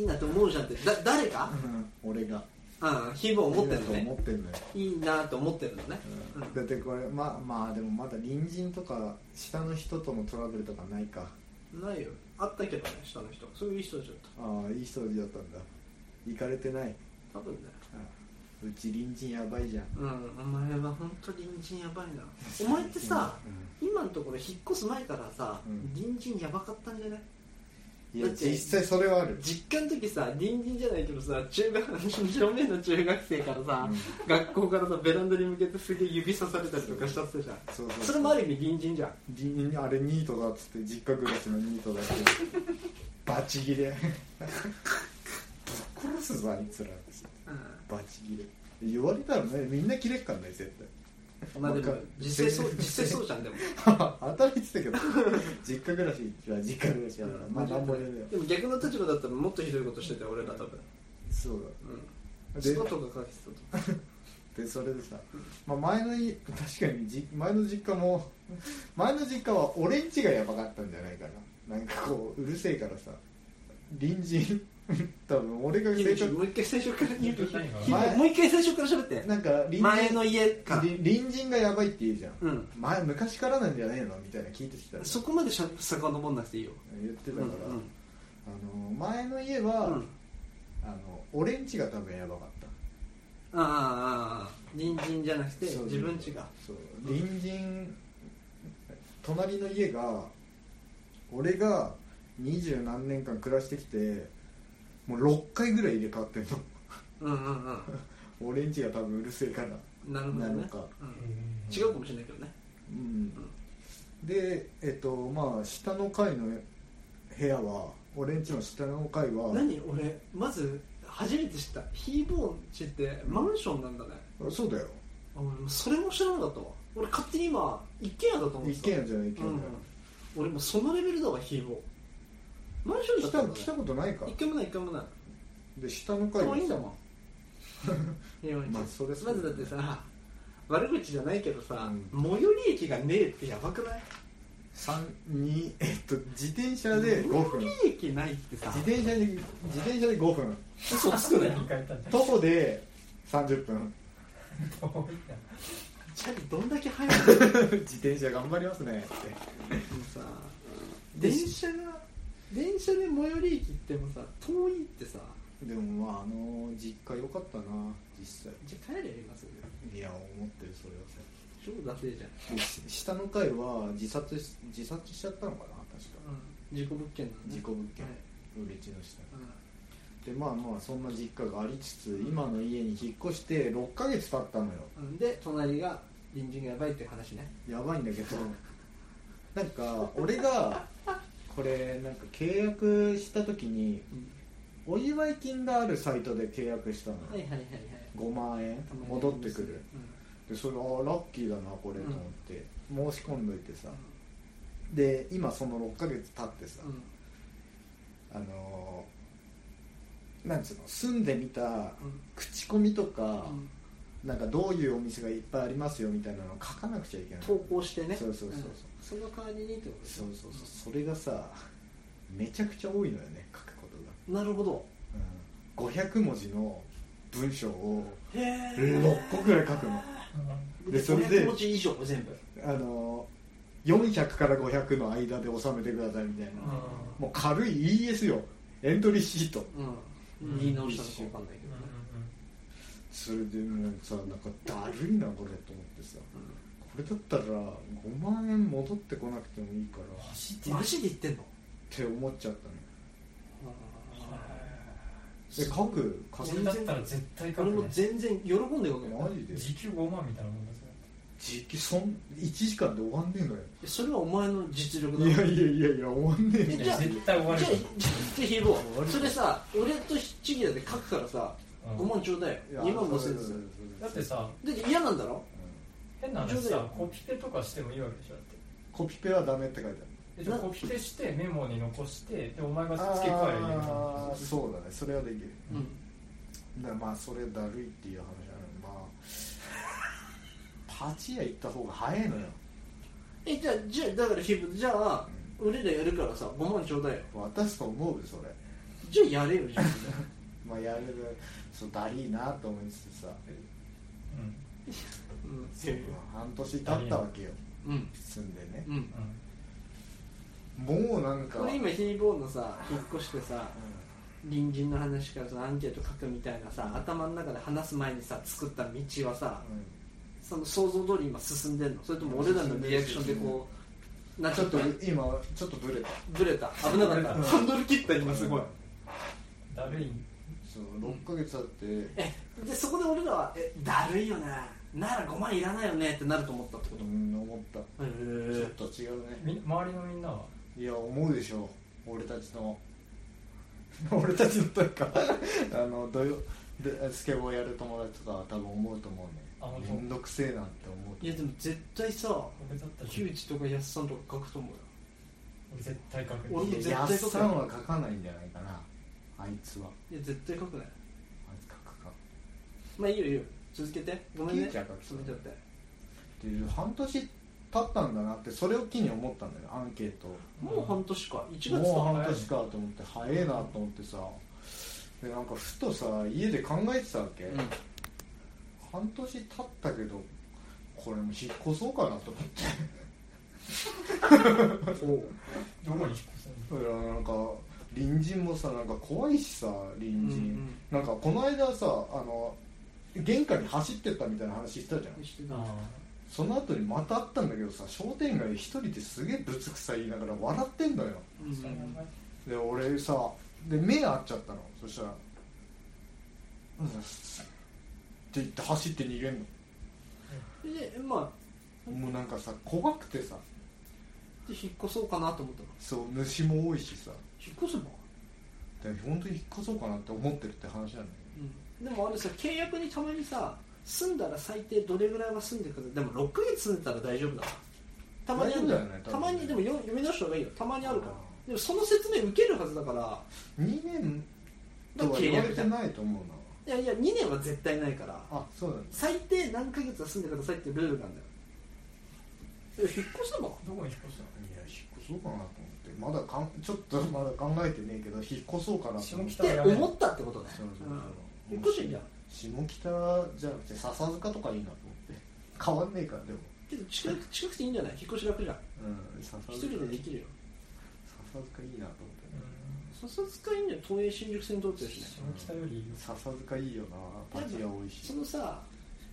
いいなと思うじゃんってだ誰かうん俺がうん日々思ってるいいなとのね思ってんのよ、いいなと思ってるのねうんだってこれまあまあでもまだ隣人とか下の人とのトラブルとかないかうんないよあったけどね下の人そういう人じゃったああいい人だったんだ行かれてない多分ねうんうち隣人やばいじゃんうんお前は本当隣人やばいなお前ってさ、今のところ引っ越す前からさ、うん隣人やばかったんじゃないうんいやだって実際それはある実家の時さ隣人じゃないけどさ中学正面の中学生からさ、学校からさベランダに向けてすげえ指さされたりとかしたってさそうそうそうそれもある意味隣人じゃん隣人あれニートだっつって実家暮らしのニートだ ってバチギレ ぶっ殺すぞあいつらっつってバチギレ言われたらねみんなキレっかんね絶対まあでわもかる実際そう実際そうじゃんでも働いてたけど実家暮らしは実家暮らしだから、まあなんもねえよでも逆の立場だったらもっとひどいことしてたよ俺ら多分そううんだスでポとかかけてたとでそれでさ、まあ、前のい確かにじ前の実家も前の実家は俺ん家がやばかったんじゃないかななんかこううるせえからさ隣人多分俺が思う生活もう一回最初から言うと何が前もう一回最初から喋ってなんか隣人前の家から隣隣人がやばいって言うじゃん、うん前昔からなんじゃねえのみたいな聞いてきたのそこまでしゃ遡んなくていいよ言ってうたんから、あの前の家は、うんうんあの俺ん家が多分やばかったああああああ隣人じゃなくてそう自分ちがそう隣人隣の家が俺が二十何年間暮らしてきてもう6回ぐらい入れ替わってんの うんうんうん俺ん家が多分うるせえからなるほどなのねか、うん違うかもしれないけどねうんでえっとまあ下の階の部屋は俺ん家の下の階は何俺まず初めて知ったヒーボーンちってマンションなんだねそうだよあ俺もうそれも知らなかったわ俺勝手に今一軒家だと思って一た軒家じゃない一う軒家んうん俺もうそのレベルだわヒーボーンマンションだっだよ、たんだ来ねた来たことないか一回もない一回もないで下の階可は愛いんだもんいやまあそれそうまずだってさ悪口じゃないけどさ、うん最寄り駅がねえってやばくない三二えっと自転車で5分最寄り駅ないってさ自転車で自転車で5分嘘つくなよ何回やったんだ徒歩で30分チャリどんだけ速いのもう 自転車頑張りますねってさで電車が電車で最寄り駅行ってもさ遠いってさでもまああの実家良かったな実際じゃあ帰れやりますよいや思ってるそれはさ超ダセえじゃん、でし下の階は自殺し自殺しちゃったのかな確か事故物件なのね事故物件はい売り地の下うんでまあまあそんな実家がありつつ今の家に引っ越して6ヶ月経ったのようんで隣が隣人がやばいっていう話ねやばいんだけ どなんか俺がこれなんか契約した時にお祝い金があるサイトで契約したのよ、はいはいはいはい5万円戻ってくるでそれああラッキーだなこれと思って、申し込んどいてさで今その6ヶ月経ってさ、うん、うんあのーなんつうの住んでみたうん口コミとうか、んなんかどういうお店がいっぱいありますよみたいなのを書かなくちゃいけない投稿してねそうそうそうそうんその代わりにってことですそうそうそうそれがさめちゃくちゃ多いのよね書くことが、なるほどう500文字の文章を6個くらい書くのでそれ500で文字以上全部あの400から500の間で収めてくださいみたいなもう軽い ES よエントリーシートうん言い直したのか分かんないけどねそれでもうさなんかだるいなこれと思ってさこれだったら5万円戻ってこなくてもいいからっうんマジで言ってんのて思っちゃったねでえ書く書それくだったら絶対書俺くもね全然喜んでるわけマよジで時給5万みたいなもんですよ時期そん1時間で終わんねえのよそれはお前の実力だいやいやいやいや終わんねええのじよゃあ絶対終わじるゃあよじゃあじゃあヒーローそれさ俺と七木だって書くからさうん5万ちょうだいいや2万5千円ですそうそうそようだってさだって嫌なんだろ変な話さコピペとかしてもいいわけでしょだってコピペはダメって書いてえじゃあなコピペしてメモに残してでお前がある付け加えるあーそうだねそれはできるうんだからまあそれだるいっていう話なのでまあパチ屋行った方が早いのよえじゃあじゃあだからヒーローじゃあ俺らやるからさ5万ちょうだいよ渡すと思うよそれじゃあやれよ自分でまあやれるそうだりいなと思いつつさううん半年経ったわけようん住んでねうんんうんもうなんかこれ今ヒーローのさ引っ越してさう隣人の話からさアンケート書くみたいなさ頭の中で話す前にさ作った道はさんうんその想像通り今進んでんのそれとも俺らのリアクションでこうなんかちょっと今ちょっとブレたブレた危なかったうんハンドル切った今すごいだるいそう6ヶ月経ってえでそこで俺らは「えだるいよななら5万いらないよね」ってなると思ったってこうん思ったとへちょっえと違うねみ周りのみんなはいや思うでしょう俺たちの 俺たちのというか あの土曜でスケボーやる友達とかは多分思うと思あう本ね当めんどくせえなって思うといやでも絶対さ俺だったら木俺内とかやっさんとか書くと思うよ絶対書く俺ねも絶いややっ対書くさんは書かないんじゃないかなあいつはいや絶対書くないあいつ書くかまあいいよいいよ続けてごめんね木内は書続くけちゃってで半年経ったんだなってそれを機に思ったんだよアンケートもう半年か1月だもう半年かと思って早えなと思ってさでなんかふとさ家で考えてたわけ、うん半年経ったけどこれもう引っ越そうかなと思ってどこに引っ越すのだからなんか隣人もさなんか怖いしさ隣人、うんうんなんかこの間さあの玄関に走ってったみたいな話したじゃんしてたあその後にまた会ったんだけどさ商店街で一人ですげえぶつくさ言いながら笑ってんのようんーで俺さで目合っちゃったのそしたら「うん」って言って走って逃げんでまのもうなんかさ怖くてさあで引っ越そうかなと思ったのそう虫も多いしさ引っ越せばで本当に引っ越そうかなって思ってるって話なんだようんでもあれさ契約にたまにさ住んだら最低どれぐらいは住んでくるでも6ヶ月住んでたら大丈夫だわたまにあるんだよ大丈夫だよね多分たまにでもよ読み直した方がいいよたまにあるからでもその説明受けるはずだから2年とは言われてないと思うないやいや2年は絶対ないからあそうなんだ最低何ヶ月は住んでくださいっていうルールなんだよえ引っ越せばどこに引っ越すのいや引っ越そうかなと思ってまだかんちょっとまだ考えてねえけど引っ越そうかなと思って下北って思ったってことねそうそうそううん引っ越してんじゃん下北じゃなくて笹塚とかいいなと思って変わんねえからでもけど近く近くていいんじゃない引っ越し楽じゃんうん笹塚一人でできるよ笹塚いいなと思ってね笹塚いいんじゃない東映新宿線通ってるしね下北より笹塚いいよなパチが多いしそのさ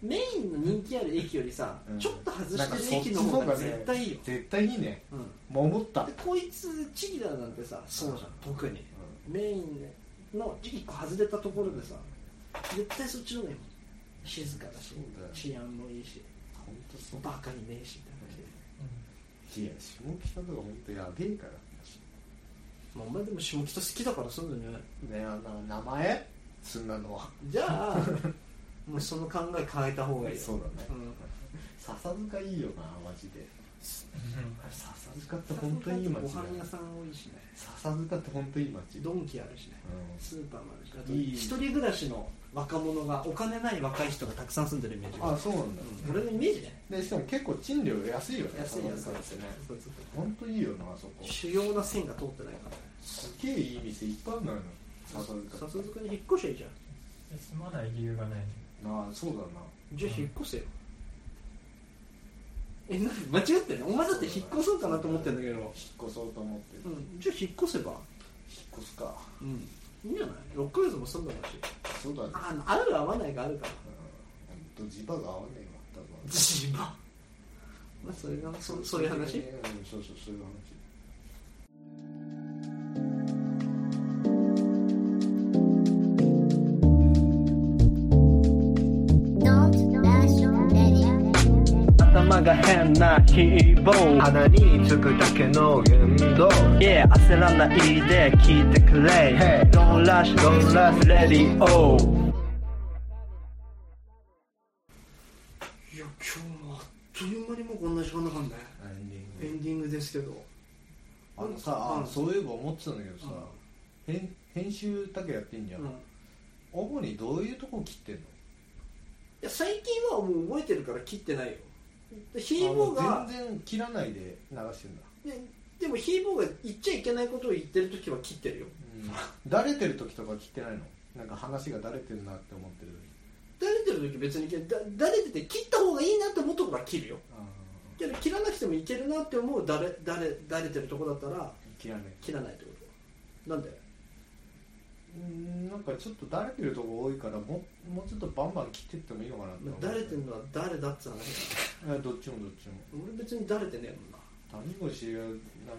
メインの人気ある駅よりさ、うんちょっと外してる駅の方が絶対いいよ、絶対いいねうん、もう思った、うんでこいつチギだなんてさそうじゃん特にメインの一個外れたところでさ絶対そっちの方がいいもん静かだしそうだよ治安もいいし本当そうバカにねえしみたいいや下北とか本当やべえからな、まあ、お前でも下北好きだから住んでんじゃないねあの名前そんなのはじゃ あもうその考え変えた方がいいよそうだねうん笹塚いいよなマジでうん笹塚って本当にいいご街だ飯屋さん多いしね笹塚って本当にいい街ドンキあるしねうんスーパーもあるしあといい一人暮らしの若者がお金ない若い人がたくさん住んでるイメージあそうなんだ、うん俺のイメージねでしかも結構賃料安いよね安い笹安い塚ってねそうそうそう本当いいよなあそこ主要な線が通ってないからすげえいい店いっぱいあるのよ誘うか笹塚に引っ越しゃいいじゃん住まない理由がないなあそうだなじゃあ引っ越せよ、えなんで間違ってるのお前だって引っ越そうかなと思ってんだけど、引っ越そうと思ってるう引っん、じゃあ引っ越せば越すかうんいいんじゃない6ヶ月も住んだろうしそうだねあの合う合わないがあるからほんと磁場が合わねえわ多分自慢まあそれがそそういう話うんそうそうそういう話頭が変なキーボード鼻につくだけの言動 Yeah 焦らないで聞いてくれ Hey Don't rush Don't rush Radio いや今日もあっという間にもうこんな時間だかんねエンディングエンディングですけどあのさ、うんあそういえば思ってたんだけどさ、編編集だけやってんじゃん、うんい主にどういうとこ切ってんのや最近はもう覚えてるから切ってないよでヒーボーあがの全然切らないで流してんだ、ででもヒーボーが言っちゃいけないことを言ってる時は切ってるよだれてる時とか切ってないのなんか話がだれてるなって思ってるだれてる時別に切るだだれてて切った方がいいなって思うとこは切るよあけど切らなくてもいけるなって思うだれだれだれてるとこだったら切らない切らないってことなんでうんなんかちょっとだれてるとこ多いからももうちょっとバンバン切ってってもいいのかなって思ってだれてるのは誰だっつう話えどっちもどっちも俺別にだれてねえもんな谷口がなん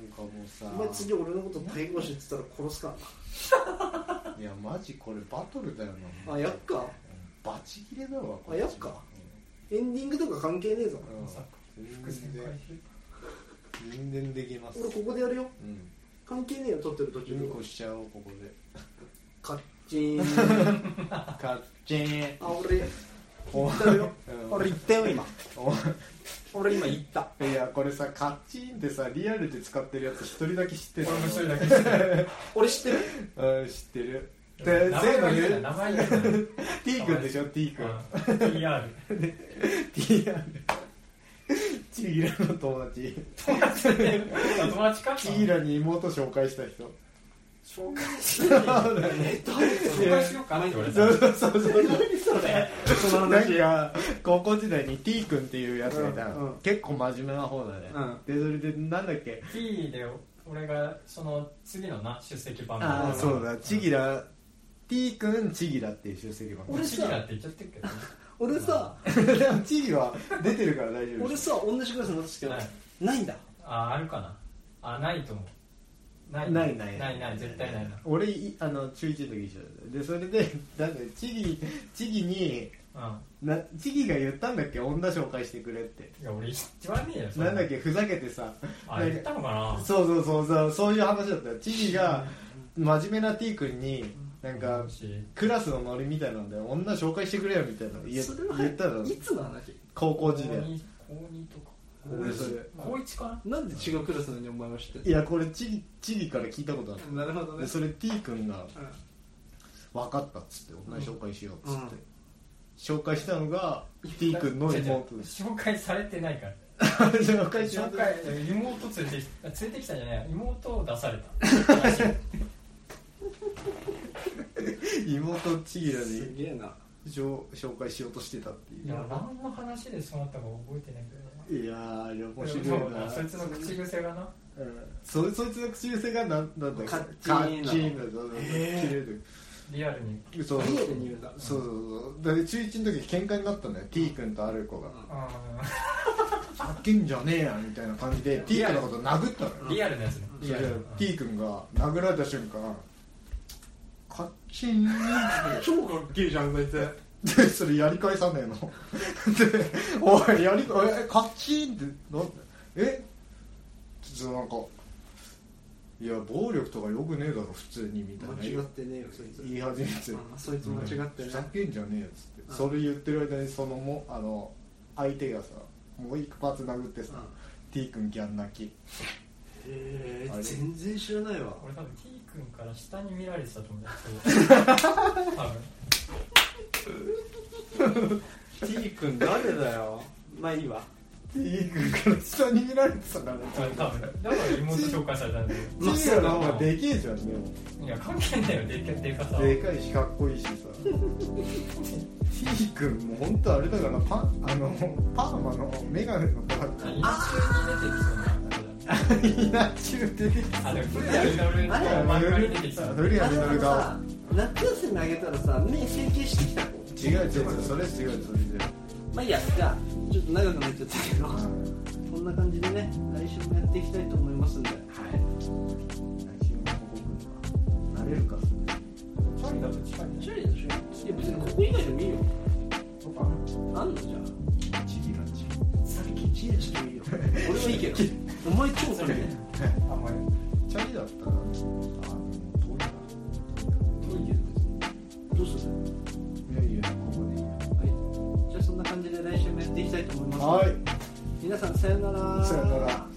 かもうさお前次俺のこと対抗しって言ったら殺すかいやマジこれバトルだよらななあやっかバチ切れだわこあやっかエンディングとか関係ねえぞうんまさかうん伏線全回然収全然できます俺ここでやるようん関係ねえよ撮ってる途中うんでこしちゃおうここでカッチー ンカッチンあ俺 お言ったようん俺言ったよ今俺今言ったいやこれさカッチンってさリアルで使ってるやつ一人だけ知ってる俺も一人だけです俺知ってるうん知ってるで名前全部が言言ううな名前言う T 君でしょ T 君な PR T 君 チーラの友達友達かチーラに妹紹介した人紹介してないえ誰紹介しようかなって言われたそうそうそうそう何それそのなん話か高校時代に T 君っていうやつがいたの、うんうん結構真面目な方だね、でそれでなんだっけ T で俺がその次のな出席番号ああそうだチギララ T 君チギラっていう出席番号俺チギラって言っちゃってるけどね俺さでもチギは出てるから大丈夫俺さ同じクラスの私けどはいないんだああるかなあないと思うないないないないない絶対ないな俺いあの中1の時一緒だでそれでだってチギチギにうんなチギが言ったんだっけ女紹介してくれっていや俺一番ねえよそれなんだっけふざけてさあ言ったのかなそうそうそうそうそういう話だったよチギが真面目な T 君になんかもしクラスのノリみたいなので女紹介してくれよみたいなの言えそれは言ったのいつの話高校時高代二高二とか俺それ高一かななんで違うクラスなのにお前は知っていやこれチギチギから聞いたことあるなるほどるでねそれ T 君がうん分かったっつって女紹介しようっつって、紹介したのが T 君の違う違う妹です紹介されてないか ら紹介しよう紹と介妹連れてきた連れてきたんじゃない妹を出された 妹ちぎらすにげえな紹紹介しようとしてたっていういや何の話でそうなったか覚えてないけどやないーいや面白でもいそうだなそいつの口癖がなうんそそいつの口癖がなんなんだっけカッチカーンッチーンだぞ切れるリアルにそうそうリアルに言うんだそうそうそうで中1の時喧嘩になったんだよ T 君とある子がうんあ「あっけんじゃねえや」みたいな感じで T 君のこと殴ったのよーリアルなやつねいやいや T 君が殴られた瞬間カッチン 超かっけえじゃんそいつでそれやり返さねえの で「おいやりえカッチン」ってなんえちょっとなんか「いや暴力とかよくねえだろ普通に」みたい間違っなてねえよそいつ言い始めてあそいつ間違ってふねざけんじゃねえよ」っつって、うんそれ言ってる間にそのもあの相手がさもう一発殴ってさ、うん T 君ギャン泣きえあれー全然知らないわ俺多分 T 君から下に見られてたと思うんだ けど多分 T 君誰だよまあいいわいいから下に見られてたからね多分だから妹紹介されたんだよまあチーラの方がでけえじゃんでもいや関係ないよでかでかさはでかいしかっこいいしさ T 君も本当あれだからパあのパーマのメガネのバッグあ中に出てきそうな稲中出てきたあでもフリアルルあれの漫画に出てきそうフリアルのルがさ夏休みあげたらさ目整形してきた子違う違う違うそれ違うそれ違うまあいいやじゃあちょっと長くなっちゃったけどこんな感じでね来週もやっていきたいと思いますんで来週の報告はなれるかそれチャリだと近いんチャリでしょいや別にここ以外でもいいよとかあんのじゃチギラチあ最近チリしてもい いよ俺もいいけどお前超それねあんまりチャリだったらあの遠いなどういうどうするいやいやここでいいやはいじゃあそんな感じで来週もやっていきたいと思いますはい皆さんさようならさよなら